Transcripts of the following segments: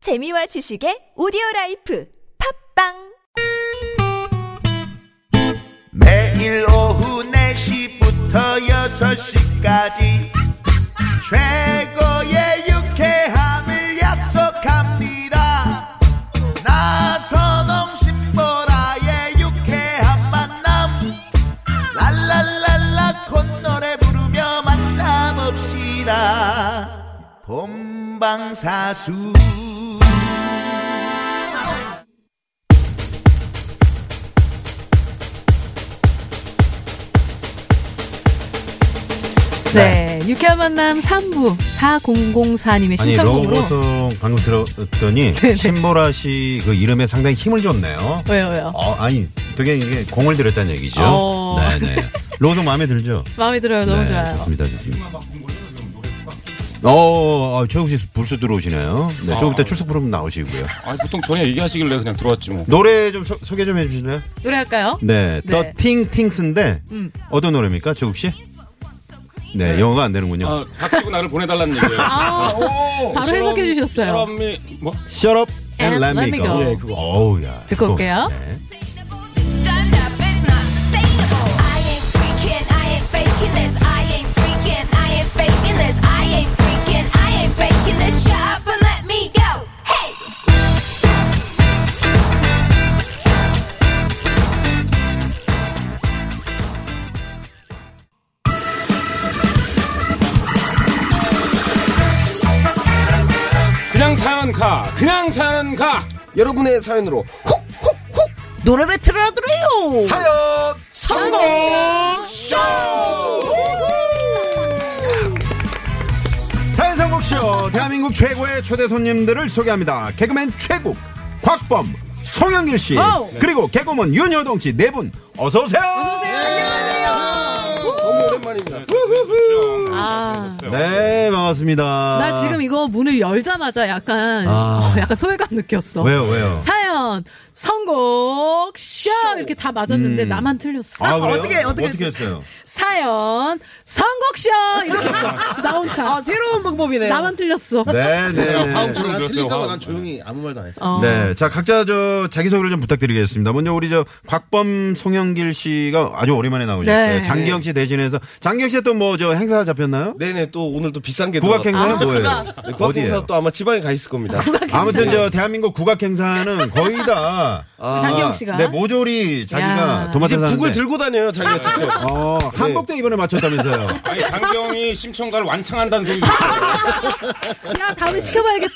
재미와 지식의 오디오 라이프 팝빵 매일 오후 4시부터 6시까지 최고의 유쾌함을 약속합니다 나선홍 신보라의 유쾌한 만남 랄랄랄라 콧노래 부르며 만남없시다 본방사수 네. 유쾌한 만남 3부 4004님의 아니 신청곡으로. 로고송 방금 들었더니 신보라 씨 그 이름에 상당히 힘을 줬네요. 네, 왜요, 왜요? 어, 아니 되게 이게 공을 들였다는 얘기죠. 어. 네네. 로고송 마음에 들죠? 마음에 들어요. 너무 네, 좋아요. 좋습니다, 좋습니다. 어, 어, 최욱 씨 불쑥 들어오시네요. 네, 조금 이따 출석 부름 나오시고요. 아니 보통 전에 얘기하시길래 그냥 들어왔지 뭐. 노래 좀 소, 개좀 해주실래요? 노래할까요? 네, 네. 음. The Ting Tings인데 어떤 노래입니까, 최욱 씨? 네, 영어가 안 되는군요. 아, 박지구 나를 보내달라는 얘기예요. 아, 바로 해석해 주셨어요. 사람이 뭐? Shut up and, let, me go. go. 예, 그거. 어우, 야. 듣고 그거, 올게요. 네. I ain't freaking, I ain't faking this. I ain't freaking, I ain't faking this. I ain't freaking, I ain't faking this. Shut up and let me go. Hey! 그냥 사는 가. 그냥 사는 가. 여러분의 사연으로 훅훅훅 노래를 틀어드려요. 사연 성공 쇼 사연상곡쇼 대한민국 최고의 초대 손님들을 소개합니다. 개그맨 최국, 곽범, 송영길 씨, 네. 그리고 개그맨 윤효동 씨 네 분 어서 오세요. 너무 오랜만입니다. 네, 아. 네 반갑습니다. 나 지금 이거 문을 열자마자 약간 아. 어, 약간 소외감 느꼈어. 왜요 왜요? 사연 선곡 쇼 이렇게 다 맞았는데 나만 틀렸어. 음. 아, 그래요? 어떻게, 어떻게 했어요? 사연 선곡 쇼 이렇게 했어. 나 혼자 아 새로운 방법이네요. 나만 틀렸어. 네네. 화음처럼 아, 난 들었어요. 틀릴까봐 화음. 난 조용히 아무 말도 안 했어. 어. 네, 자 각자 저 자기 소개를 좀 부탁드리겠습니다. 먼저 우리 저 곽범 송영길 씨가 아주 오랜만에 나오셨어요. 네. 장기영 씨 대신해서 장기영 씨가 또 뭐 저 행사 잡혔나요? 네네 또 오늘 또 비싼 게 국악행사요? 뭐예요? 들어왔- 네, 어디예요? 국악행사 또 아마 지방에 가 있을 겁니다. 아무튼 저 대한민국 국악 행사는 거의 다 아, 장기영 씨가 네, 모조리 자기가 야. 이제 도맡아서 북을 하는데 들고 다녀요 자기가 직접. 어, 한복도 이번에 맞췄다면서요. 아니 장경이 심청가를 완창한다는 소리. 들었어요. 야 다음에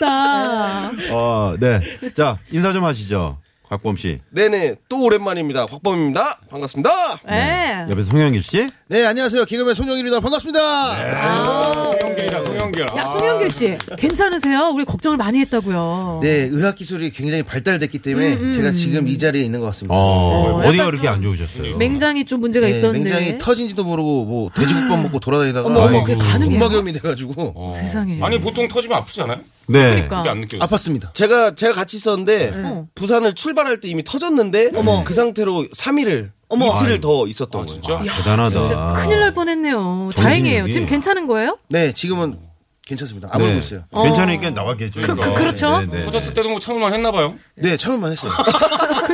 시켜봐야겠다. 어, 네. 자, 인사 좀 하시죠. 곽범 씨. 네네 또 오랜만입니다. 곽범입니다. 반갑습니다. 네. 옆에 송영길 씨. 네 안녕하세요 개그맨 송영일입니다. 반갑습니다. 송영길이다 송영길. 야, 송영길 씨, 괜찮으세요? 우리 걱정을 많이 했다고요. 네, 의학 기술이 굉장히 발달됐기 때문에 제가 지금 이 자리에 있는 것 같습니다. 어, 약간 어디가 그렇게 좀 안 좋으셨어요? 맹장이 좀 문제가 네, 있었는데. 굉장히 터진지도 모르고 뭐 돼지국밥 먹고 돌아다니다가 어머, 어머, 그게 가능해요? 동막염이 돼가지고 어. 세상에. 아니 보통 터지면 아프지 않아요? 네. 그러니까. 그게 안 느껴져. 아팠습니다. 제가 제가 같이 있었는데 부산을 출발할 때 이미 터졌는데 그 상태로 3일을 이틀을 더 있었던 아, 거예요. 진짜? 대단하다. 진짜 큰일 날 뻔했네요. 다행이에요. 정신력이. 지금 괜찮은 거예요? 네, 지금은 괜찮습니다. 네. 아무도 있어요. 괜찮으니까 나왔겠죠. 그, 그, 이거. 그렇죠. 네, 네, 네. 터졌을 때도 뭐 참을만 했나 봐요. 네, 참을만 했어요.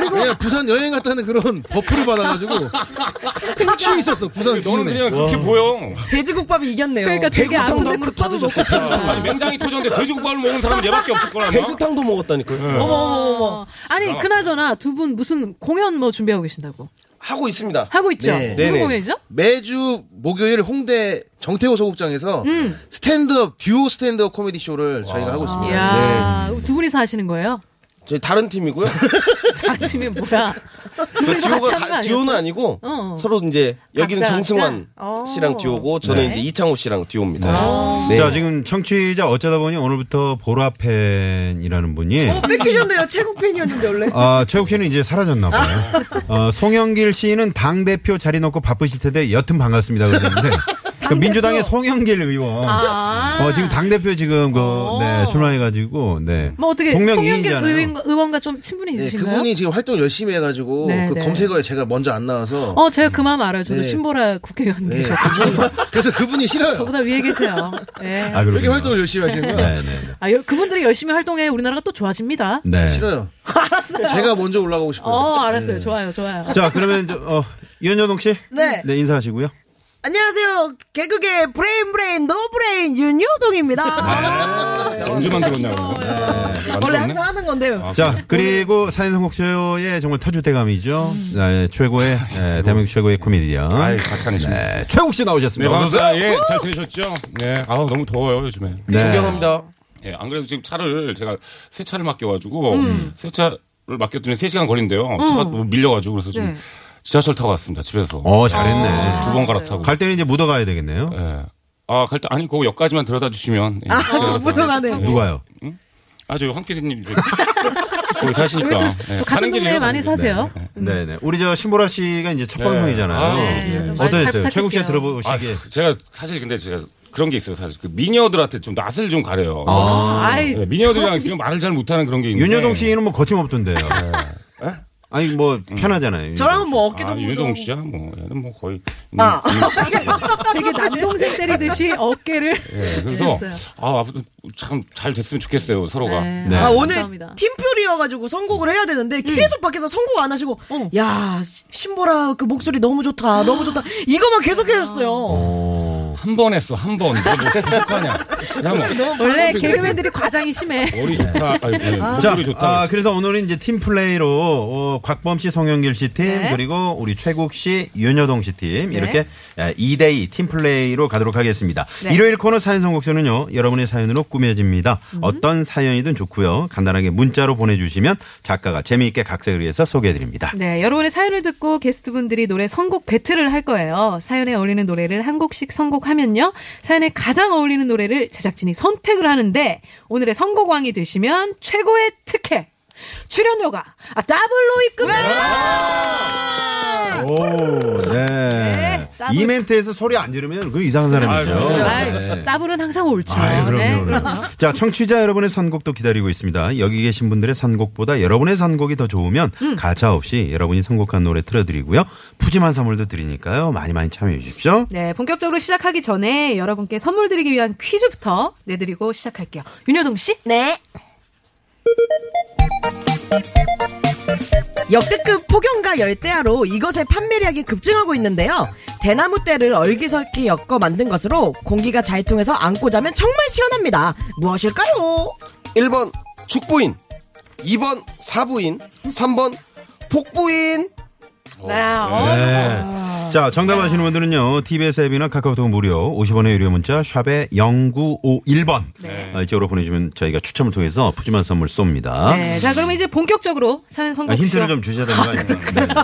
그냥 부산 여행 갔다는 그런 버프를 받아가지고 취해 있었어. 부산 너는 기운에. 그냥 그렇게 보여. 돼지국밥이 이겼네요. 그러니까 되게 대구탕도 아픈데 한 그릇 다 드셨어요. 아니 맹장이 터졌는데 돼지국밥을 먹은 사람은 얘밖에 없을 거라. 대구탕도 먹었다니까요. 어머. 아니, 그나저나 두 분 무슨 공연 뭐 준비하고 계신다고? 하고 있습니다. 하고 있죠? 네. 무슨 네네. 공연이죠? 매주 목요일 홍대 정태호 소극장에서 스탠드업 듀오 스탠드업 코미디 쇼를 저희가 하고 있습니다. 이야, 두 분이서 하시는 거예요? 저희 다른 팀이고요. 장팀이 뭐야? 두 분이서 그러니까 같이 지호가 하는 거 가, 아니었어요? 지호는 아니고 어. 서로 이제 여기는 각자, 정승환 각자? 어. 씨랑 듀오고 저는 네. 아. 이제 이창호 씨랑 듀오입니다. 네. 자, 지금 청취자 어쩌다 보니 오늘부터 보라팬이라는 분이 어, 뺏기셨네요. 최고 팬이었는데 원래. 아, 최욱 씨는 이제 사라졌나 봐요. 어, 송영길 씨는 당 대표 자리 놓고 바쁘실 텐데 여튼 반갑습니다 그랬는데 그 민주당의 송영길 의원. 아. 어, 지금 당대표 지금 그, 어. 네, 출마해가지고, 네. 뭐 어떻게 송영길 동명이인이잖아요. 의원, 의원과 좀 친분이 네, 있으신가요? 그분이 지금 활동 을 열심히 해가지고 네, 그 네. 검색어에 제가 먼저 안 나와서 어, 제가 그 마음 알아요. 저도 네. 신보라 국회의원 네, 계셔. 그분- 그래서 그분이 싫어요. 저보다 위에 계세요. 예. 아, 아, 이렇게 그렇게 활동을 열심히 하시는 거야? 네, 네. 여- 그분들이 열심히 활동해 우리나라가 또 좋아집니다. 네. 싫어요. 알았어요. 제가 먼저 올라가고 싶어요. 어, 알았어요. 좋아요, 좋아요. 자, 그러면, 저, 어, 윤여동 씨? 네. 네, 인사하시고요. 안녕하세요. 개그계 브레인 브레인 노 브레인 윤효동입니다. 언제 만들었냐고. 원래 만들었네? 항상 하는 건데요. 자, 그리고 사인성곡쇼의 정말 터줏대감이죠. 네, 최고의, 네, 대한민국 최고의 코미디언. 아이, 가찬이십니다. 네, 최국 씨 네, 나오셨습니다. 어서오세요. 반갑습니다. 예, 잘 지내셨죠? 네. 아, 너무 더워요, 요즘에. 네. 존경합니다. 예, 안 그래도 지금 차를 제가 새 차를 맡겨가지고 새 차를 맡겼더니 3시간 걸린대요. 차가 너무 밀려가지고 그래서 지금 네. 지하철 타고 왔습니다. 집에서. 어, 잘했네. 두 번 갈아타고. 갈 때는 이제 묻어가야 되겠네요. 예. 아, 갈 때, 아니, 그거 역까지만 들여다 주시면. 예, 아, 무정하네. 누가요? 아, 저 황피디님. 저- 거기 사시니까. 예, 또 같은 가는 동네에 길이에요. 많이 사세요. 네네. 우리 저 신보라 씨가 이제 첫 네. 방송이잖아요. 아유, 네, 예. 좀 많이 잘 어떠셨어요? 부탁드릴게요. 최국 씨가 아, 들어보시기에. 제가 사실 근데 제가 그런 게 있어요. 사실 그 미녀들한테 좀 낯을 좀 가려요. 아이, 예, 미녀들이랑 지금 말을 잘 못하는 그런 게 있는데. 윤여동 씨는 뭐 거침없던데요. 아니 뭐 편하잖아요. 저랑은 뭐 어깨 아, 동무. 윤여동 씨야? 뭐, 얘는 뭐 거의. 아. 되게 남동생 때리듯이 어깨를 예, 그래서 찢었어요. 아 앞으로 참 잘 됐으면 좋겠어요 서로가. 네. 아, 오늘 감사합니다. 팀플이어가지고 선곡을 해야 되는데 계속 밖에서 선곡 안 하시고 어. 야 시- 신보라 그 목소리 너무 좋다 너무 좋다 이거만 계속 해줬어요. 뭐 한 번 했어 한 번. 근데 뭐 계속하냐? 그냥 뭐 원래 개그맨들이 과장이 심해. 머리 좋다. 아니, 예, 자, 목소리 좋다. 아, 그래서 오늘은 이제 팀 플레이로 어, 곽범 씨, 송영길 씨 팀, 네. 그리고 우리 최국 씨, 윤여동 씨 팀, 네. 이렇게 2대2 팀 플레이로 가도록 하겠습니다. 네. 일요일 코너 사연 선곡쇼는요, 여러분의 사연으로 꾸며집니다. 음. 어떤 사연이든 좋고요. 간단하게 문자로 보내주시면 작가가 재미있게 각색을 위해서 소개해드립니다. 네, 여러분의 사연을 듣고 게스트분들이 노래 선곡 배틀을 할 거예요. 사연에 어울리는 노래를 한 곡씩 선곡하면요. 사연에 가장 어울리는 노래를 제작진이 선택을 하는데 오늘의 선곡왕이 되시면 최고의 특혜. 출연료가 아, 더블로 입금해. 오, 네. 네, 따블. 이 멘트에서 소리 안 지르면 그 이상한 사람이죠. 아이, 더블은 항상 옳죠. 네. 아유, 그럼요, 네, 그럼요. 자, 청취자 여러분의 선곡도 기다리고 있습니다. 여기 계신 분들의 선곡보다 여러분의 선곡이 더 좋으면 가차 없이 여러분이 선곡한 노래 틀어드리고요. 푸짐한 선물도 드리니까요. 많이 많이 참여해 주십시오. 네, 본격적으로 시작하기 전에 여러분께 선물 드리기 위한 퀴즈부터 내드리고 시작할게요. 윤여동 씨? 네. 역대급 폭염과 열대야로 이것의 판매량이 급증하고 있는데요. 대나무 때를 얼기설기 엮어 만든 것으로 공기가 잘 통해서 안고 자면 정말 시원합니다. 무엇일까요? 1번 축부인, 2번 사부인, 3번 복부인. 네, 어, 네. 자, 정답 아시는 분들은요. TBS 앱이나 카카오톡 무료 50원의 유료 문자 샵에 0951번 아, 이쪽으로 보내주시면 저희가 추첨을 통해서 푸짐한 선물 쏩니다. 네, 자, 그럼 이제 본격적으로 사연 선곡 아, 힌트를 시작. 좀 주시던가.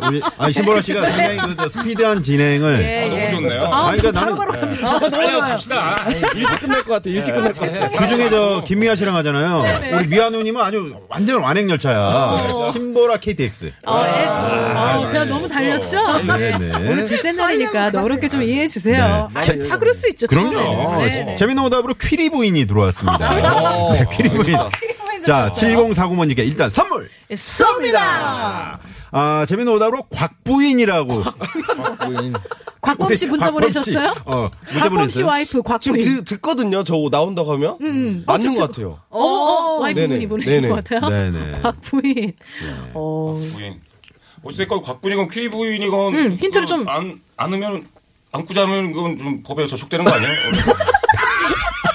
아, 우리 아, 신보라 씨가 굉장히 그, 저 스피디한 진행을 아, 예, 예. 너무 좋네요. 아, 아니, 지금 그러니까 바로바로 갑니다. 빨리 갑시다. 일찍 끝날 것 같아. 일찍 끝날 것 같아. 예. 그 주중에 저 김미아 씨랑 하잖아요. 네, 우리 미아 누님은 아주 완전 완행 열차야. 신보라 KTX. 어, 애, 어, 제가 너무 달렸죠? 아, 네, 오늘 네. 둘째 날이니까 너그럽게 좀 이해해 주세요. 네. 아니, 제- 다 그럴 수 있죠. 그럼요. 어, 처음에는. 네, 아, 네. 재미난 오답으로 퀴리 부인이 들어왔습니다. 네, 퀴리 부인. 아, 네. 자, 7049번님께 일단 선물! 쏩니다. 아, 재미난 오답으로 곽부인이라고. 곽부인. 곽범 씨 문자 곽범 씨. 보내셨어요? 어, 문자 곽범 씨 보냈어요. 와이프 지금 곽부인. 음, 드, 듣거든요. 저 나온다고 하면 맞는 것 같아요. 어, 어, 어, 와이프분이 네네. 보내신 네네. 것 같아요. 네네. 곽부인. 어, 부인. 어찌됐건 곽부인이건 퀴리 부인이건 음, 힌트를 좀. 안 안으면 안고 자면 그건 좀 법에 저촉되는 거 아니에요?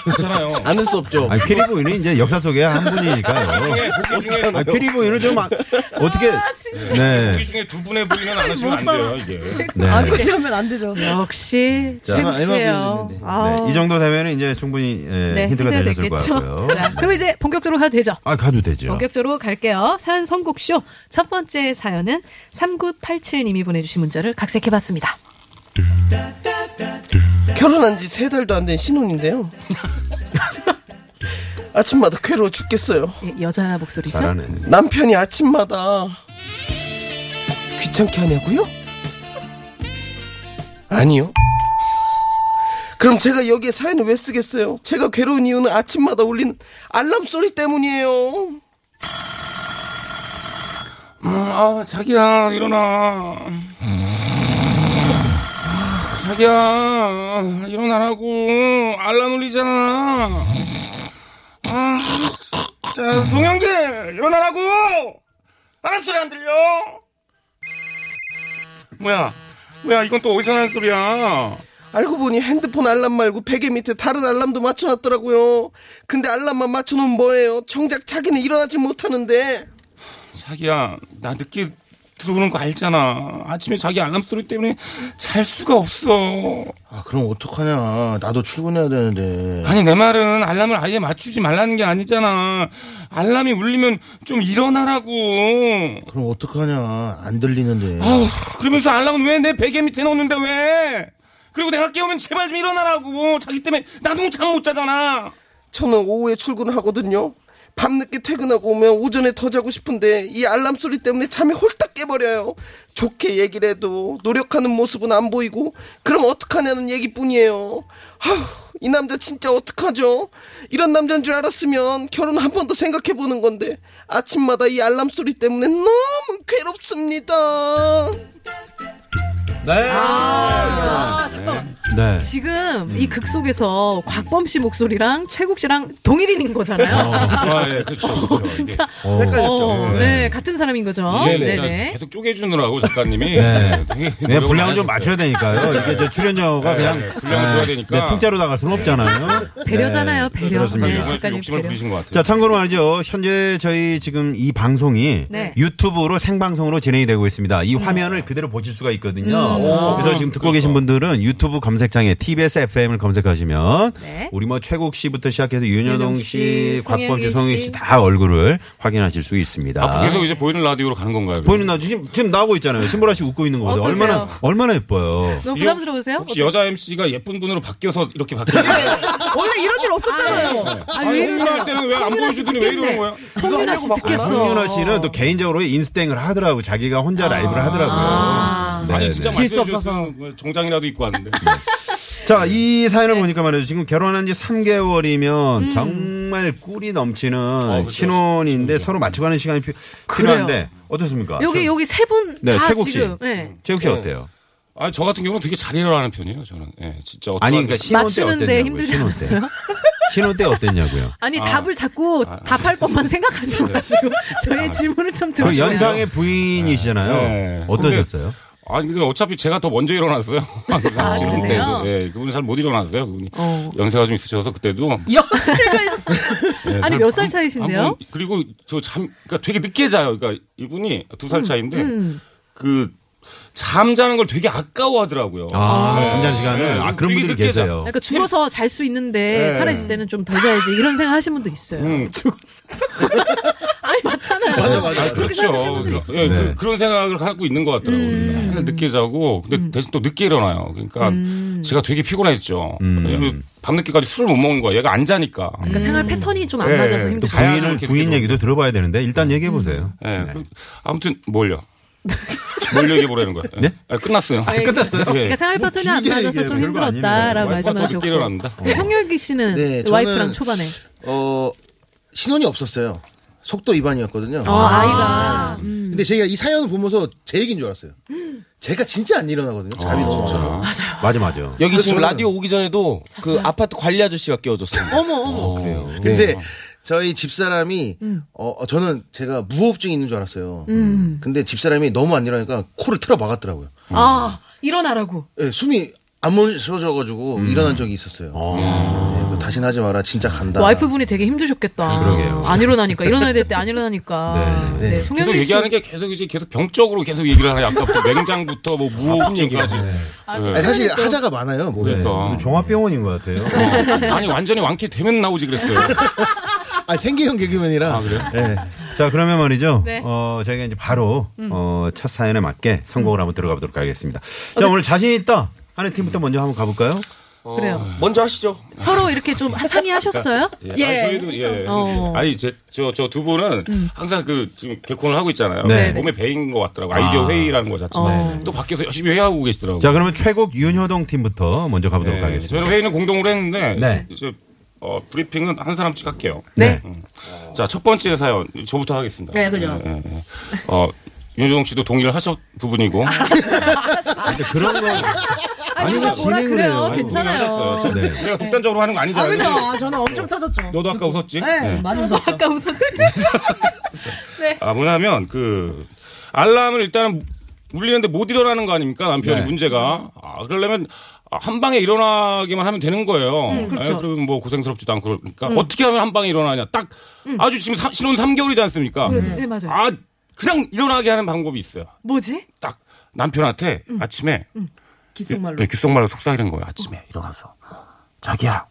그렇잖아요. 안을 수 없죠. 아니, 퀴리 부인은 이제 역사 속에 한 아, 네, 분이니까요. 예, 보기 중에 아, 퀴리 부인은 좀, 아- 어떻게. 네. 보기 중에 두 분의 부인은 안 하시면 안 돼요 이게. 네. 아, 안고 자면 안 되죠. 역시 자, 최국 얼마 씨예요. 보여줬는데. 아우. 네, 이 정도 되면 이제 충분히 예, 네, 힌트가 힌트가 되셨을 것 됐겠죠? 네. 같고요. 자, 그럼 이제 본격적으로 해도 되죠? 아, 가도 되죠. 본격적으로 갈게요. 사연 선곡쇼. 첫 번째 사연은 3987님이 보내주신 문자를 각색해봤습니다. 네. 결혼한 지 세 달도 안 된 신혼인데요. 아침마다 괴로워 죽겠어요. 예, 여자 목소리죠? 잘하네. 남편이 아침마다 귀찮게 하냐고요? 아니요. 그럼 제가 여기에 사연을 왜 쓰겠어요? 제가 괴로운 이유는 아침마다 울리는 알람 소리 때문이에요. 음, 아, 자기야, 일어나. 자기야, 일어나라고. 알람 울리잖아. 아, 자, 동영들, 일어나라고! 알람 소리 안 들려? 뭐야, 뭐야, 이건 또 어디서 나는 소리야? 알고 보니 핸드폰 알람 말고 베개 밑에 다른 알람도 맞춰놨더라고요. 근데 알람만 맞춰놓으면 뭐예요? 정작 자기는 일어나질 못하는데. 자기야, 나 늦게 들어오는 거 알잖아. 아침에 자기 알람 소리 때문에 잘 수가 없어. 아, 그럼 어떡하냐. 나도 출근해야 되는데. 아니 내 말은 알람을 아예 맞추지 말라는 게 아니잖아. 알람이 울리면 좀 일어나라고. 그럼 어떡하냐. 안 들리는데. 아우 그러면서 알람은 왜 내 베개 밑에 넣는데 왜? 그리고 내가 깨우면 제발 좀 일어나라고. 자기 때문에 나도 잠 못 자잖아. 저는 오후에 출근을 하거든요. 밤늦게 퇴근하고 오면 오전에 더 자고 싶은데 이 알람 소리 때문에 잠이 홀딱 깨버려요. 좋게 얘기를 해도 노력하는 모습은 안 보이고 그럼 어떡하냐는 얘기뿐이에요. 아휴, 이 남자 진짜 어떡하죠? 이런 남자인 줄 알았으면 결혼 한 번 더 생각해 보는 건데 아침마다 이 알람 소리 때문에 너무 괴롭습니다. 네. 아, 잠깐만. 네. 지금 이 극 속에서 곽범 씨 목소리랑 최국 씨랑 동일인인 거잖아요. 어, 아 예, 그렇죠. 어, 그렇죠. 진짜. 헷갈렸죠. 어, 네, 같은 사람인 거죠. 예, 이게, 네네. 네네. 계속 쪼개주느라고 작가님이 네. 되게 네, 노력을 분량을 많이 좀 하셨어요. 맞춰야 되니까요. 이게 저 출연료가 네, 그냥 네, 분량을 줘야 되니까. 네, 통짜로 나갈 수는 없잖아요. 배려잖아요, 네, 배려. 그렇습니다. 네, 이번에 좀 작가님 욕심을 배려. 부리신 것 같아요. 자, 참고로 말이죠. 현재 저희 지금 이 방송이 네. 유튜브로 생방송으로 진행이 되고 있습니다. 이 화면을 그대로 보실 수가 있거든요. 음. 그래서 지금 듣고 계신 분들은 유튜브 검색창에 TBS FM을 검색하시면 네. 우리 뭐 최국 씨부터 시작해서 윤여동 윤여동 씨, 씨, 곽범 씨, 송영길 성일 씨. 씨 다 얼굴을 확인하실 수 있습니다. 아, 계속 이제 보이는 라디오로 가는 건가요? 그러면? 보이는 나 지금 지금 나오고 있잖아요. 신보라 씨 웃고 있는 거 보세요. 어떠세요? 얼마나 얼마나 예뻐요. 너무 부담스러우세요? 혹시 여자 MC가 예쁜 분으로 바뀌어서 이렇게 바뀌었나요? 원래 이런 일 없었잖아요. 아, 왜 홍윤아 할 이러냐? 때는 왜 안 홍윤아 씨 보여주더니 왜 이러는 듣겠네. 거야? 홍윤아 씨 듣겠어. 윤아 씨는 또 개인적으로 인스탱을 하더라고. 자기가 혼자 라이브를 하더라고요. 네, 아니 네. 진짜 질수 없어서 정장이라도 입고 왔는데 네. 자, 이 사연을 보니까 말이죠. 지금 결혼한 지 3개월이면 음. 정말 꿀이 넘치는 그렇죠. 신혼인데 서로 맞춰가는 시간이 피, 그래요. 필요한데 어떻습니까? 여기 여기 세 분 다 네, 최국 씨. 지금 네. 최국 씨 어때요? 아니 저 같은 경우는 되게 잘 일어나는 편이에요 저는 예 진짜 어떤 아니 그러니까 신혼 때 맞추는데 어땠냐고요? 힘들지 신혼 때. 않았어요? 신혼 때 어땠냐고요? 아니 답을 자꾸 답할 것만 생각하지 마시고 저의 질문을 좀 그 들어주세요. 연상의 부인이시잖아요. 네. 어떠셨어요? 아니 근데 어차피 제가 더 먼저 일어났어요 아, 그러세요? 때도 예 그분은 잘 못 일어났어요 그분이 어. 연세가 좀 있으셔서 그때도 연세가 있어. 예, 아니 잘- 몇 살 한- 차이신데요? 한 분- 그리고 저 잠 그러니까 되게 늦게 자요 그러니까 이분이 두 음, 살 차이인데 그 잠자는 걸 되게 아까워하더라고요 아, 잠자는 시간을. 네. 아, 그런 되게 분들이 늦게 자- 계세요. 그러니까 줄어서 잘 수 있는데 네. 살아있을 때는 좀 더 자야지 이런 생각 하시는 분도 있어요. 음. 아니 맞잖아요. 맞아, 맞아. 아, 맞아. 그렇죠. 생각하시는 분들이 있어요. 음. 예, 네. 그, 런 생각을 하고 있는 것 같더라고요. 맨날 늦게 자고, 근데 대신 또 늦게 일어나요. 그러니까 음. 제가 되게 피곤했죠. 음. 왜냐면 밤늦게까지 술을 못 먹은 거야. 얘가 안 자니까. 그러니까 생활 패턴이 좀 안 네. 맞아서 또 또 힘들죠. 자야 부인을 그렇게 부인 되더라고요. 얘기도 네. 들어봐야 되는데 일단 얘기해 보세요. 예, 그- 아무튼 뭘요? 뭘 얘기해 보라는 거야. 예. 네? 아, 끝났어요. 아, 예. 끝났어요? 예. 그러니까 생활 패턴이 안 길게 맞아서 좀 얘기해요. 별거 아니네요. 힘들었다라고 와이프가 더 늦게 말씀하셨고. 일어난다. 성열기 씨는 네, 저는- 와이프랑 초반에 어, 신혼이 없었어요. 속도 위반이었거든요. 어, 네. 아이가 음. 근데 제가 이 사연을 보면서 제 얘기인 줄 알았어요. 제가 진짜 안 일어나거든요. 잠이 너무 진짜. 와요. 맞아 맞아. 여기 지금 라디오 오기 전에도 그 아파트 관리 아저씨가 깨워줬습니다. 어머 어머 그래요. 근데 저희 집사람이 음. 어 저는 제가 무호흡증이 있는 줄 알았어요. 근데 집사람이 너무 안 일어나니까 코를 틀어 막았더라고요. 아 일어나라고 예, 숨이 안 멈춰져 가지고 일어난 적이 있었어요. 예, 그거 다시는 하지 마라. 진짜 간다. 와이프분이 되게 힘드셨겠다. 아, 그러게요. 안 일어나니까 일어나야 될 때 안 일어나니까. 네, 계속 송영기 씨 얘기하는 게 계속 이제 계속 병적으로 계속 얘기를 하나요. 아까부터 냉장부터 뭐 무호흡증까지. 아니, 사실 그러니까. 하자가 많아요. 몸에. 어. 그러니까. 종합병원인 것 같아요. 네. 아니 완전히 완쾌 되면 나오지 그랬어요. 아, 생계형 개그맨이라. 예. 자 그러면 말이죠. 네. 음. 어 저희가 이제 바로 어, 첫 사연에 맞게 선곡을 한번 들어가 보도록 하겠습니다. 자 오늘 자신 있다 하는 팀부터 먼저 한번 가볼까요? 그래요. 먼저 하시죠. 서로 이렇게 좀 상의하셨어요? 예. 아니, 저희도, 예. 어. 아니, 제, 저, 저 두 분은 항상 그, 지금 개콘을 하고 있잖아요. 그 네. 몸에 배인 것 같더라고요. 아이디어 아. 회의라는 것 자체가. 어. 또 밖에서 열심히 회의하고 계시더라고요. 예. 자, 그러면 최국 윤효동 팀부터 먼저 가보도록 하겠습니다. 네, 저는 회의는 공동으로 했는데, 네. 이제, 어, 브리핑은 한 사람씩 할게요. 네. 음. 자, 첫 번째 사연, 저부터 하겠습니다. 네, 그죠. 예, 예, 예. 어, 윤종 씨도 동의를 하셨 부분이고. 근데 그런 거 아니, 아니, 누가 뭐라 진행을 그래요. 해요. 괜찮아요. 제 네. 내가 극단적으로 하는 거 아, 아니잖아요. 그죠? 그치? 아, 저는 엄청 터졌죠. 너도 아까 웃었지? 네, 예. 많이 웃었죠. 아까 웃었 아, 뭐냐면 그 알람을 일단은 울리는데 못 일어나는 거 아닙니까 남편이 네. 문제가 아 그러려면 한 방에 일어나기만 하면 되는 거예요. 그렇죠. 음. 아, 그러면 뭐 고생스럽지도 않고 그러니까 어떻게 하면 한 방에 일어나냐 딱 아주 지금 사- 신혼 3개월이지 않습니까? 네, 맞아요. 아 그냥 일어나게 하는 방법이 있어요. 뭐지? 딱 남편한테 음. 아침에 기속말로. 예, 귓속말로 속삭이는 거예요. 아침에 일어나서 자기야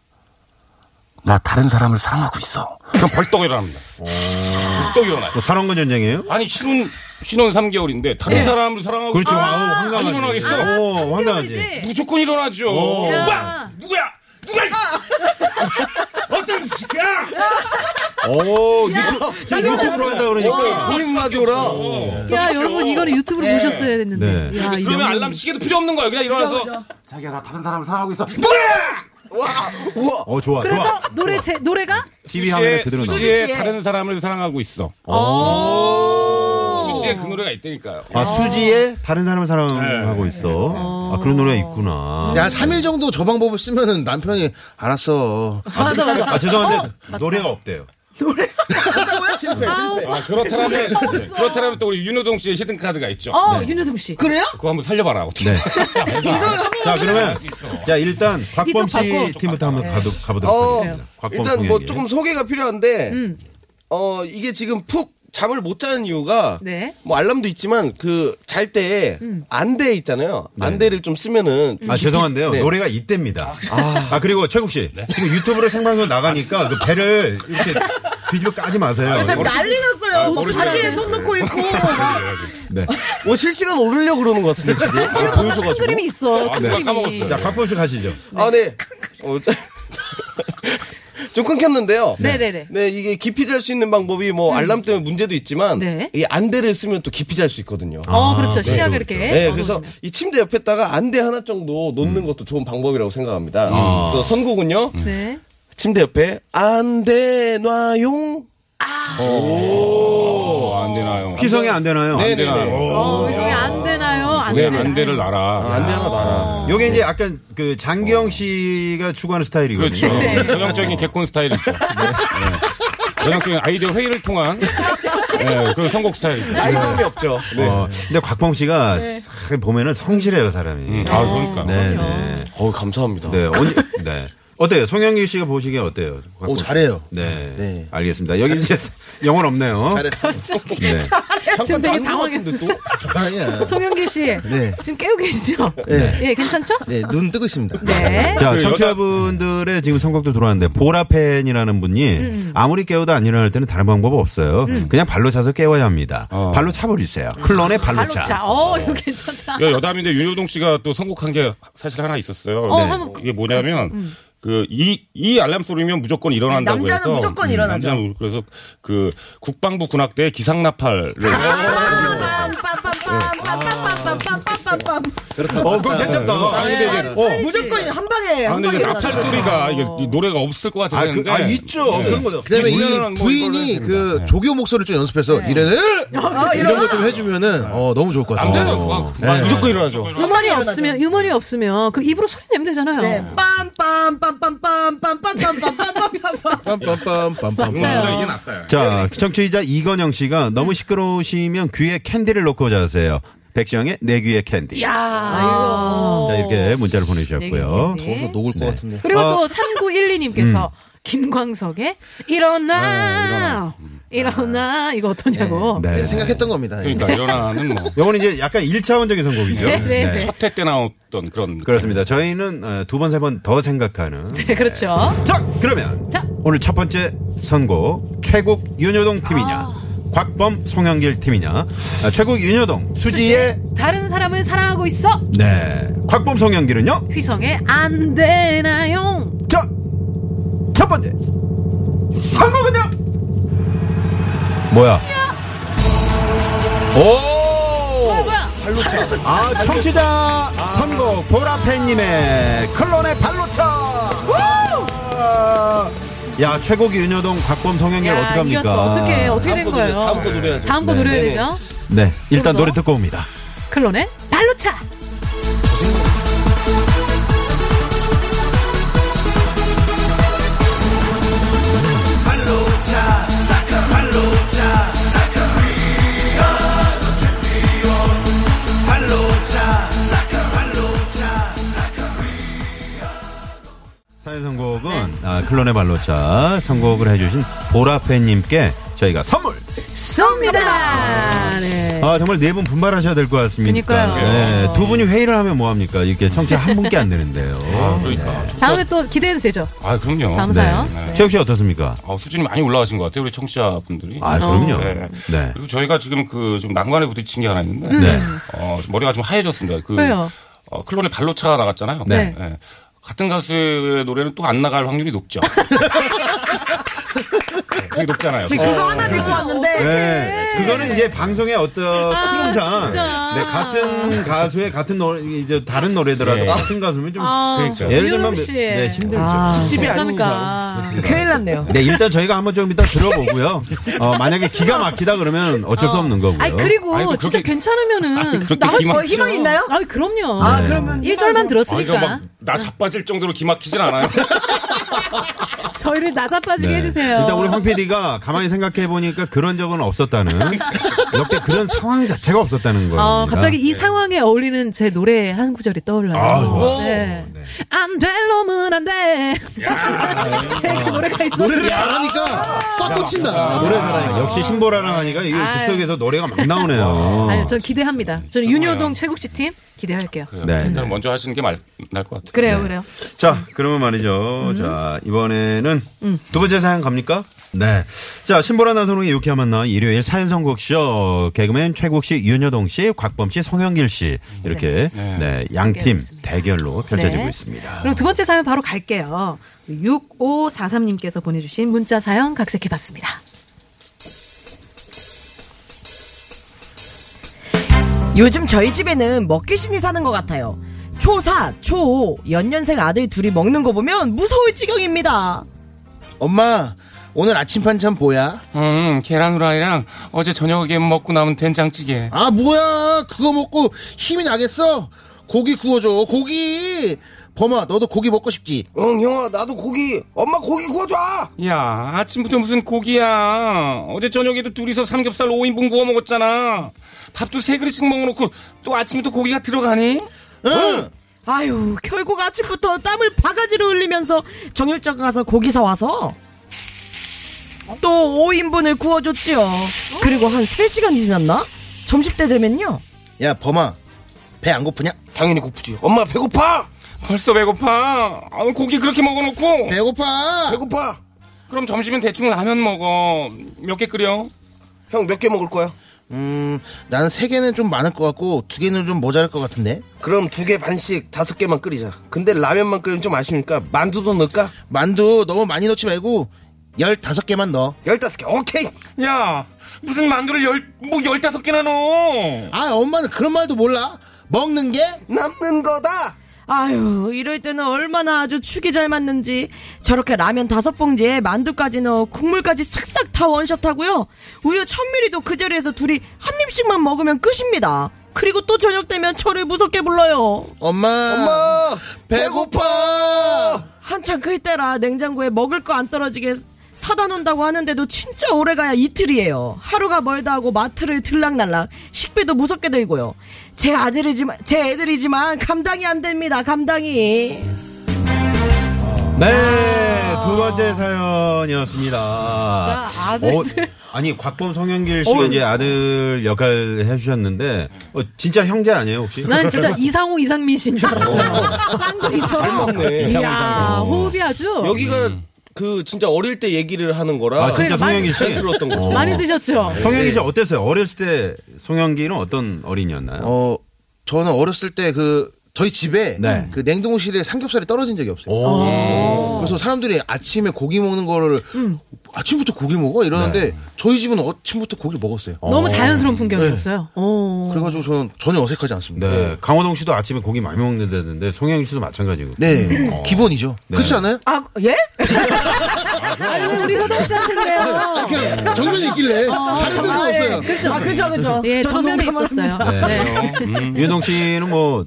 나 다른 사람을 사랑하고 있어. 그럼 벌떡 일어납니다. 벌떡 일어나요. 뭐 사랑과 전쟁이에요? 아니 신혼 신혼 3개월인데 다른 사람을 사랑하고 그렇죠. 있- 아우, 안 황당하지. 일어나겠어. 오, 황당하지. 무조건 일어나죠. 아. 누가 누구야? 누가? 이- 어떤 새끼야? 오, 어, 유튜브, 유튜브로 한다 어. 그러니까. 고객 라디오라. 어. 야, 여러분, 이거는 네. 유튜브로 보셨어야 했는데. 네. 야, 이 그렇죠. 그러면 명언. 알람 시계도 필요 없는 거야. 그냥 일어나서 자기야 나 다른 사람을 사랑하고 있어. 누구야? 어, 좋아, 그래서 좋아. 노래, 제, 노래가? TV 화면에 그대로 나와. 수지의 다른 사람을 사랑하고 있어. 어. 수지의 그 노래가 있다니까요. 아, 수지의 다른 사람을 사랑하고 있어. 아, 그런 노래가 있구나. 야, 3일 정도 저 방법을 쓰면은 남편이 알았어. 맞아, 맞아. 아, 죄송한데 어. 노래가 없대요. 아, 그렇다면 네, 그렇다면 또 우리 윤호동 씨의 히든 카드가 있죠. 어, 윤효동 씨. 그래요? 그거 한번 살려봐라 어떻게. 네. 자, 그러면 자, 일단 곽범 씨 바꿔. 네. 팀부터 한번 가도, 가보도록 어, 하겠습니다. 곽범 일단 뭐 공약이에요. 조금 소개가 필요한데 음. 어 이게 지금 푹 잠을 못 자는 이유가 네. 음. 뭐 알람도 있지만 그 잘 때 안대 있잖아요. 안대를 좀 쓰면은 네. 아, 죄송한데요. 네. 노래가 이때입니다. 아, 그리고 최국 씨. 지금 유튜브로 생방송 나가니까 그 배를 이렇게 아, 뒤집어 까지 아, 마세요. 참 난리 났어요. 머리 바지에 잘하네. 손 넣고 아, 있고. 막. 네. 어, 실시간 오르려고 그러는 것 같은데 지금 아, 큰 보여줘가지고. 그림이 있어. 아, 큰 누가 그림이. 까먹었어요. 자, 곽범 씨 가시죠. 아 네. 어, 좀 끊겼는데요. 네네네. 음. 네, 이게 깊이 잘 수 있는 방법이 뭐 알람 때문에 문제도 있지만 네. 이 안대를 쓰면 또 깊이 잘 수 있거든요. 어, 그렇죠. 네, 시야가 그렇죠. 이렇게. 네, 어, 그래서 놓으시면. 이 침대 옆에다가 안대 하나 정도 놓는 음. 것도 좋은 방법이라고 생각합니다. 아. 그래서 선곡은요, 네. 침대 옆에 안대 놔용. 어, 안 되나요? 피성이 안 되나요? 네, 안 되나요? 어, 이게 안 되나요? 안 왜 되나요? 네, 안대를 알아? 안대 하나 놔라. 네. 요게 이제 약간 그 장기영 씨가 추구하는 스타일이거든요. 그렇죠. 네. 전형적인 개콘 스타일이죠. 네. 전형적인 아이디어 회의를 통한 네, 그런 선곡 스타일이죠. 아이감이 없죠. 네. 어, 근데 곽범 씨가 사- 보면은 성실해요, 사람이. 음, 아, 그러니까. 네, 네. 어우, 감사합니다. 네, 언니, 네. 어때요? 송영길 씨가 보시기에 어때요? 곽범 오, 씨? 잘해요. 네. 네. 알겠습니다. 여기 이제 영혼 없네요. 잘했어. 네. 지금 되게 것 당황했어. 같은데 또? 아니야. 송영길 씨. 네. 지금 깨고 계시죠? 네. 예, 괜찮죠? 네, 눈 뜨고 있습니다. 네. 자, 그 청취자분들의 지금 성격도 들어왔는데 보라팬이라는 분이 아무리 깨워도 안 일어날 때는 다른 방법 없어요. 그냥 발로 차서 깨워야 합니다. 어. 발로 차버리세요. 클론의 발로 발로 차. 차. 어, 이거 괜찮다. 여- 여담인데 윤효동 씨가 또 선곡한 게 사실 하나 있었어요. 근데 한번 그- 이게 뭐냐면 그 이 이 알람 소리면 무조건 일어난다고 남자는 해서 음, 무조건 일어나죠. 남자는 무- 그래서 그 국방부 군악대 기상나팔을 빰빰빰빰빰빰빰빰빰빰빰. 어, 그거 괜찮다. 아, 근데 이제 어, 무조건 한 방에 아, 한 방에 근데 이제 나팔 일어나죠. 소리가 이게 이 노래가 없을 것 같아서 아, 그, 했는데 네. 아, 있죠. 그런 거죠. 그다음에 이거는 이 뭐 부인이 이걸로 그 해드립니다. 네. 조교 목소리를 좀 연습해서 네. 이래는 아, 이런 거 좀 네. 해주면은 어 너무 좋을 것 같아요. 남자는 어. 국방- 네. 무조건 일어나죠. 음원이 없으면, 음원이 없으면 그 입으로 소리 내면 되잖아요. 네. 빰빰빰빰빰빰빰빰빰빰빰빰빰. 빰빰빰빰빰. 근데 음. 이게 낫다. 자, 청취자 이건영 씨가 너무 시끄러우시면 귀에 캔디를 놓고 자세요. 백지영의 내 귀에 캔디. 야 아이고. 자, 이렇게 문자를 보내주셨고요. 네, 네, 네. 더워서 녹을 것 같은데. 그리고 또 3912님께서 김광석의 일어나 일어나 이거 어떠냐고. 네. 네, 생각했던 겁니다. 그러니까 일어나는 뭐 요건 이제 약간 1차원적인 선곡이죠. 네, 네, 네. 첫회 때 나왔던 그런 그렇습니다. 저희는 어, 두 번, 세 번 더 생각하는. 네, 그렇죠. 자, 그러면 자. 오늘 첫 번째 선곡 최국 윤여동 팀이냐 곽범 송영길 팀이냐 아, 최국 윤여동 수지의 다른 사람을 사랑하고 있어. 네 곽범 송영길은요 휘성의 안 되나요? 자첫 번째 선곡은요 뭐야 어, 오 뭐야? 아, 청취자 선곡 보라팬님의 클론의 발로차. 아, 야 최고기 윤여동 곽범 성현길 야, 어떡합니까? 이겼어. 어떻게 어떻게 된 거예요? 다음 거 노래야죠. 다음 거 노래야 되죠. 네 일단 더? 노래 듣고 옵니다. 클론의 발로차. 사회 선곡은 아, 클론의 발로차 선곡을 해주신 보라팬님께 저희가 선물. 쏩니다. 네. 아 정말 네 분 분발하셔야 될 것 같습니다. 그러니까요. 네, 두 분이 회의를 하면 뭐 합니까? 이렇게 청취 한 분께 안 되는데요. 아, 그러니까. 다음에 또 기대해도 되죠. 아, 그럼요. 다음 사연. 최욱 씨 어떻습니까? 아, 수준이 많이 올라가신 것 같아요. 우리 청취자분들이. 어. 아 그럼요. 네. 네. 그리고 저희가 지금 그 좀 난관에 부딪힌 게 하나 있는데 네. 어, 지금 머리가 좀 하얘졌습니다. 그 음. 왜요? 어, 클론의 발로차가 나갔잖아요. 네. 예. 같은 가수의 노래는 또 안 나갈 확률이 높죠. 네, 그게 높잖아요. 지금 그거 하나 믿고 왔는데 네. 그거는 이제 방송의 어떤 흐름상 아, 진짜. 네, 같은 가수의 같은 노래 이제 다른 노래더라도 예. 같은 가수면 좀 네. 아, 그러니까요. 예를 들면 윤호동 씨. 네, 힘들죠. 집이 아니니까. 큰일 났네요. 네, 일단 저희가 한번 좀 이따 들어보고요. 어, 만약에 기가 막히다 그러면 어쩔 수 없는 거고요. 아니 그리고 아니, 뭐 진짜 그렇게- 괜찮으면은 아니, 그렇게 나갈 수 기막- 있죠. 희망이 있나요? 아니 그럼요. 아 그러면 1절만 아, 들었으니까 이거 그러니까. 막나 자빠질 정도로 기막히진 않아요. 저희를 낮아빠지게 네. 해주세요. 일단 우리 황 PD가 가만히 생각해 보니까 그런 적은 없었다는 역대 그런 상황 자체가 없었다는 거예요. 어, 갑자기 이 상황에 어울리는 제 노래 한 구절이 떠올라요. 아, 좋아. 네. 안될 놈은 안 돼. 제그 노래가 노래를 있었어요. 잘하니까 싹 꽂힌다. 노래 잘하니까. 아, 역시 신보라랑 하니까 이게 아유. 예. 즉석에서 노래가 막 나오네요. 아니, 전 기대합니다. 저는 윤효동 최국지 팀 기대할게요. 그래요. 네. 일단 먼저 하시는 게 말, 나을 것 같아요. 그래요, 그래요. 자, 그러면 말이죠. 자, 이번에는 음. 두 번째 사연 갑니까? 네. 자, 신보라 나선홍의 유쾌한 만남 일요일 사연 선곡쇼 개그맨 최국 씨, 윤여동 씨, 곽범 씨, 송영길 씨 이렇게 네, 양팀 대결로 펼쳐지고 네. 있습니다. 그럼 두 번째 사연 바로 갈게요. 6543님께서 보내주신 문자 사연 각색해봤습니다. 요즘 저희 집에는 먹귀신이 사는 것 같아요. 초사, 초오, 연년생 아들 둘이 먹는 거 보면 무서울 지경입니다. 엄마, 오늘 아침 반찬 뭐야? 음, 계란 후라이랑 어제 저녁에 먹고 남은 된장찌개. 아, 뭐야. 그거 먹고 힘이 나겠어? 고기 구워줘. 고기! 범아, 너도 고기 먹고 싶지? 응 형아 나도 고기 엄마 고기 구워줘 야, 아침부터 무슨 고기야. 어제 저녁에도 둘이서 삼겹살 5인분 구워 먹었잖아. 밥도 세 그릇씩 먹어놓고 또 아침부터 고기가 들어가니? 응. 아유, 결국 아침부터 땀을 바가지로 흘리면서 정육점 가서 고기 사와서 또 5인분을 구워줬지요. 그리고 한 3시간이 지났나? 점심때 되면요. 야, 범아. 배 안 고프냐? 당연히 고프지 엄마 배고파 벌써 배고파. 아, 고기 그렇게 먹어놓고. 배고파! 배고파 그럼 점심엔 대충 라면 먹어. 몇 개 끓여? 형 몇 개 먹을 거야 음, 나는 세 개는 좀 많을 것 같고, 두 개는 좀 모자랄 것 같은데? 그럼 두 개 반씩 다섯 개만 끓이자 근데 라면만 끓이면 좀 아쉬우니까 만두도 넣을까 만두 너무 많이 넣지 말고, 15개만 넣어. 열다섯 개 오케이 야, 무슨 만두를 열, 뭐 열다섯 개나 넣어. 아, 엄마는 그런 말도 몰라? 먹는 게? 남는 거다 아유, 이럴 때는 얼마나 아주 축이 잘 맞는지. 저렇게 라면 다섯 봉지에 만두까지 넣어 국물까지 싹싹 다 원샷하고요. 우유 천미리도 그 자리에서 둘이 한 입씩만 먹으면 끝입니다. 그리고 또 저녁 되면 저를 무섭게 불러요. 엄마! 엄마! 배고파! 한참 클 때라 냉장고에 먹을 거 안 떨어지게 사다 놓는다고 하는데도 진짜 오래가야 이틀이에요. 하루가 멀다 하고 마트를 들락날락 식비도 무섭게 들고요. 제 아들이지만 제 애들이지만 감당이 안 됩니다. 감당이. 네, 두 번째 사연이었습니다. 어, 진짜 아들들. 어. 아니, 곽범 송영길 씨가 이제 아들 역할 해주셨는데, 어, 진짜 형제 아니에요, 혹시? 난 진짜 이상호 이상민 씨인 줄 알았어요. 쌍둥이처럼. 이야, 호흡이 아주. 여기가 그 진짜 어릴 때 얘기를 하는 거라 아, 그래, 진짜 많이- 송영기 씨. 자연스러웠던 거죠. 어. 많이 드셨죠? 네. 송영기 씨 어땠어요? 어렸을 때 송영기는 어떤 어린이였나요? 어, 저는 어렸을 때 그 저희 집에 네. 그 냉동실에 삼겹살이 떨어진 적이 없어요. 예. 그래서 사람들이 아침에 고기 먹는 거를 음. 아침부터 고기 먹어 이러는데 저희 집은 아침부터 고기 를 네. 먹었어요. 너무 자연스러운 풍경이었어요. 오. 그래가지고 저는 전혀 어색하지 않습니다. 네. 강호동 씨도 아침에 고기 많이 먹는다는데 송영기 씨도 마찬가지고. 네, 기본이죠. 그렇지 않아요? 아, 예? 아유, 우리 고동 씨한테 그래요. 아, 그냥 네. 정면에 있길래 다른 데서 아, 없어요. 예. 그렇죠. 아, 그죠, 그죠. 예, 저도 정면에 공감합니다. 있었어요. 네. 네. 유동 씨는 뭐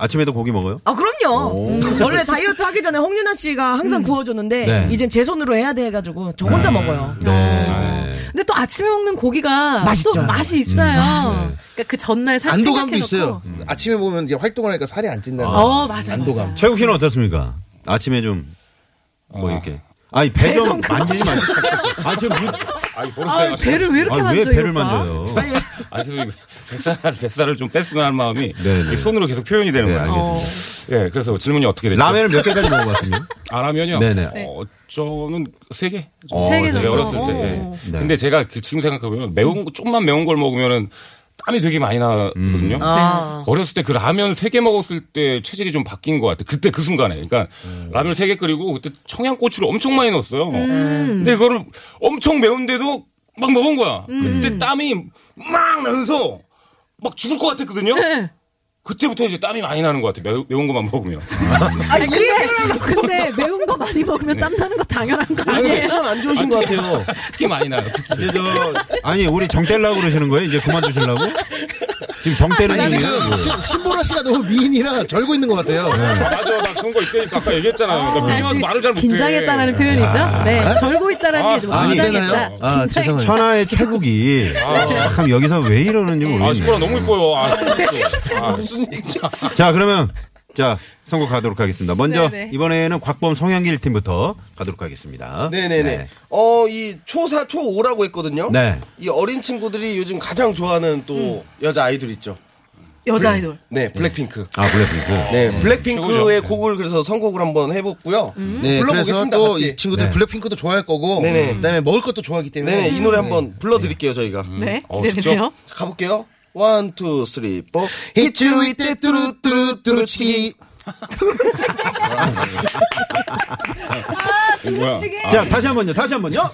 아침에도 고기 먹어요? 아, 그럼요. 음. 원래 다이어트 하기 전에 홍윤아 씨가 항상 구워줬는데, 네. 이젠 제 손으로 해야 돼 해가지고, 저 혼자 먹어요. 네. 근데 또 아침에 먹는 고기가 맛있죠. 또 맛이 있어요. 그러니까 그 전날 살 안도감도 생각해놓고. 있어요. 아침에 보면 이제 활동을 하니까 살이 안 찐다는 어, 맞아. 안도감. 맞아. 최국 씨는 어떻습니까? 아침에 좀 뭐 이렇게. 아니 배 좀 만지지 마세요. 아 지금 무- 아니 아, 배를 왜 이렇게 아, 왜 만져요? 배를 오빠? 만져요? 아니 그래서 이거 뱃살 뱃살을 좀 뺐으면 하는 마음이 네, 네. 이 손으로 계속 표현이 되는 네, 거예요. 알겠습니다. 어. 예, 그래서 질문이 어떻게 됐죠? 라면을 몇 개까지 먹어봤습니까? 아, 라면이요? 네네. 어, 저는 세 개. 어, 세개 네, 제가 정도. 어렸을 때. 어. 예. 네. 근데 제가 그 지금 생각해보면 매운 거, 조금만 매운 걸 먹으면은 땀이 되게 많이 음. 나거든요. 아. 어렸을 때 그 라면 세 개 먹었을 때 체질이 좀 바뀐 것 같아요. 그때 그 순간에. 그러니까 음. 라면 세 개 끓이고 그때 청양고추를 엄청 많이 넣었어요. 근데 그거를 엄청 매운데도 막 먹은 거야. 그때 땀이 막 나면서 막 죽을 것 같았거든요. 네. 그때부터 이제 땀이 많이 나는 것 같아요. 매- 매운 것만 먹으면. 아니, 근데, 근데 매운 거 많이 먹으면 땀 나는 거 당연한 거 아니에요? 표현 안 좋으신 것 같아요. 특히 많이 나요. 특히. 이제 저 아니 우리 정 떼려고 그러시는 거예요? 이제 그만 두시려고? 지금 정 아니, 떼는 지금 중이에요. 신- 신보라 씨가 너무 미인이라 절고 있는 것 같아요. 맞아, 나 그런 거 있다니까 아까 얘기했잖아요. 나 미안해서 아직 그러니까 말을 잘 못해. 아. 긴장했다라는 표현이죠. 네, 절고 있다라는 게 좀 아, 안 긴장했다. 되나요? 아, 죄송해요. 천하의 최국이 참 여기서 왜 이러는지 아, 모르겠네. 신보라 너무 이뻐요. 아, 아, 진짜. 자 그러면 자 선곡하도록 하겠습니다. 먼저 네네. 이번에는 곽범 송영길 팀부터 가도록 하겠습니다. 네네네. 어, 이 초사, 초오라고 했거든요. 네. 이 어린 친구들이 요즘 가장 좋아하는 또 여자 아이돌 있죠. 여자 아이돌. 네, 블랙핑크. 아 블랙핑크. 네, 블랙핑크의 곡을 그래서 선곡을 한번 해봤고요. 네, 그래서 불러보겠습니다. 또 같이. 이 친구들 네. 블랙핑크도 좋아할 거고, 네네. 그다음에 먹을 것도 좋아하기 때문에 네네, 이 노래 한번 불러드릴게요, 저희가. 네, 어, 기대되네요. 자, 가볼게요. 원, 투, 쓰리, 포. 히츄이 때 뚜루뚜루 뚜루치기. 뭐야. 자 다시 한 번요. 다시 한 번요.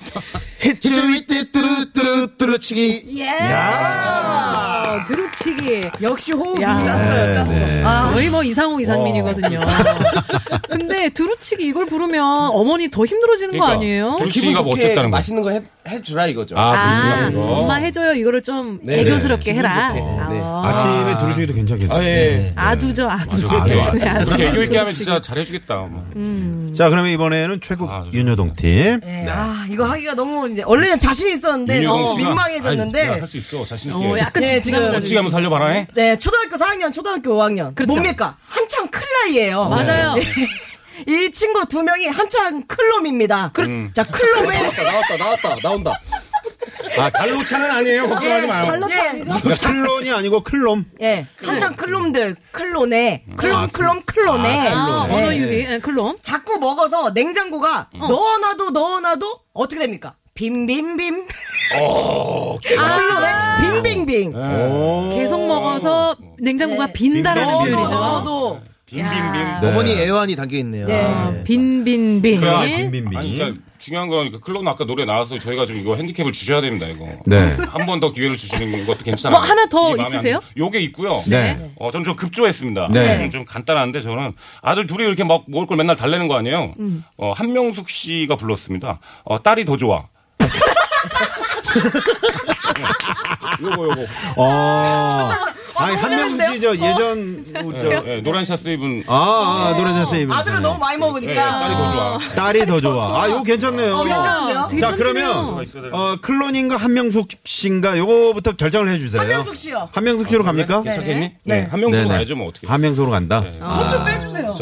히츄이 때 뚜루뚜루 뚜루치기. 예. 드룩치기. 어, 역시 호흡이. 야. 짰어요, 짰어. 아, 네. 거의 뭐 이상호 이상민이거든요. 어. 근데 두루치기 이걸 부르면 어머니 더 힘들어지는 거 그러니까. 아니에요? 두루- 기분 글씨가 좋게 멋졌다는 거. 맛있는 거 해, 해주라 이거죠. 아, 글씨 아, 같은 거. 엄마 해줘요. 이거를 좀 네, 애교스럽게 네. 해라. 기분 좋게. 네. 아, 아침에 두루주기도 괜찮겠네요. 예. 아두죠, 아두. 아, 네. 네, 아두. 그렇게 애교 있게 하면 진짜 잘해주겠다. 뭐. 자 그러면 이번에는 최국 아, 좋습니다. 윤여동 팀. 네. 예, 아, 이거 하기가 너무 이제, 원래는 자신 있었는데, 윤여동 너무 씨가- 아니, 민망해졌는데, 할수 있어, 자신 어, 있게. 약간 예, 지금 부담 어떻게 한번 살려봐라. 해? 네, 초등학교 4학년, 초등학교 5학년. 그렇죠. 뭡니까? 한창 클 나이에요. 맞아요. 네. 이 친구 두 명이 한창 클놈입니다. 그렇죠. 자, 클놈에. 나왔다, 나왔다, 나왔다, 나온다. 아, 발로차는 아니에요. 걱정하지 마요. 예, 클론이 그러니까 아니고 클롬. 네. 예, 한창 클놈들, 클론에, 클론, 클론, 클론에. 아, 네. 언어 유희, 예, 클롬. 자꾸 먹어서 냉장고가 넣어놔도 넣어놔도 어떻게 됩니까? 빔빔빔. 아, 빙빙빙. 계속 먹어서 냉장고가 네. 빈다라는 넣어도 표현이죠. 넣어도. 아. 빈빈빈. 네. 어머니 애환이 담겨 있네요. 예. 빈빈빈. 네. 그래, 아, 빈빈빈. 아니, 그러니까 중요한 거니까 클럽 아까 노래 나와서 저희가 좀 이거 핸디캡을 주셔야 됩니다, 이거. 네. 한 번 더 기회를 주시는 것도 괜찮아요. 뭐 하나 더 이 마음에 안 있으세요? 드- 요게 있고요. 네. 어, 저는 좀 급조했습니다. 네. 좀, 좀 간단한데 저는 아들 둘이 이렇게 막 먹을 걸 맨날 달래는 거 아니에요? 어, 한명숙 씨가 불렀습니다. 어, 딸이 더 좋아. 요거 요거 어. 아, 아니 한명수 씨저 어. 예전 예, 예, 노란 샷스 입은 아, 아 노래 선생님. 네. 아들은 너무 많이 예, 예, 딸이 먹으니까. 더 좋아. 딸이 더 좋아. 아, 이거 괜찮네요. 어, 괜찮은데요? 되게 자, 참신해요. 그러면 어, 클론인가 한명숙 씨인가 요거부터 결정을 해 주세요. 한명숙 씨요. 한명숙 씨로 갑니까? 괜찮겠니? 네. 한명숙 가야죠 뭐 어떻게. 한명숙으로 간다. 손 좀 빼주세요.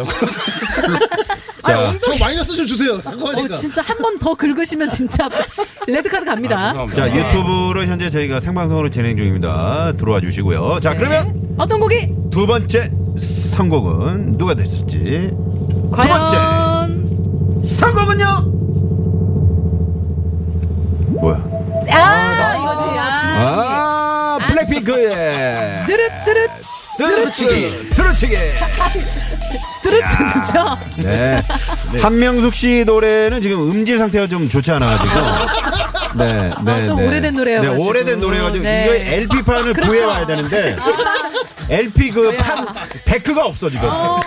자, 저 마이너스 좀 주세요. 자꾸 어, 하니까. 진짜 한 번 더 긁으시면 진짜 레드카드 갑니다. 죄송합니다. 자, 유튜브로 현재 저희가 생방송으로 진행 중입니다. 들어와 주시고요. 네. 자, 그러면 어떤 곡이? 두 번째 선곡은 누가 됐을지. 과연 선곡은요? 뭐야? 아, 이거지. 아, 아, 블랙핑크의 드릇드릇 드르치기, 드르치기. 드릇드릇죠. 네. 한명숙 씨 노래는 지금 음질 상태가 좀 좋지 않아가지고. 네, 네. 아, 좀 네. 오래된 네, 노래여가지고. 오래된 노래여가지고. 네. 이거 LP판을 그렇죠. 아. 구해와야 되는데. LP 그 판, 데크가 없어, 지금. 어.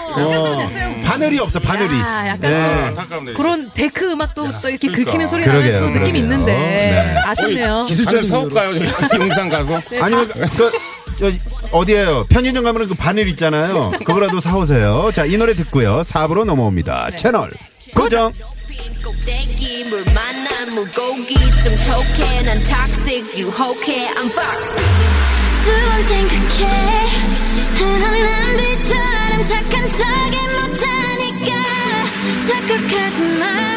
바늘이 없어, 바늘이. 야, 약간 안타깝네. 그런 데크 음악도 또 이렇게 그러니까. 긁히는 소리 그러게요, 나면서 또 느낌이 그러게요. 있는데 네. 아쉽네요. 기술적인 사올까요? 용산 가서 네. 아니면 그, 저, 어디에요? 편의점 가면 그 바늘 있잖아요. 그거라도 사오세요. 자, 이 노래 듣고요. 4부로 넘어옵니다. 네. 채널 고정. 꼭대기물 만난 물고기 좀 톡해 난 toxic 유혹해 I'm foxy 두번 생각해 흔한 남들처럼 착한 척이 못하니까 착각하지 마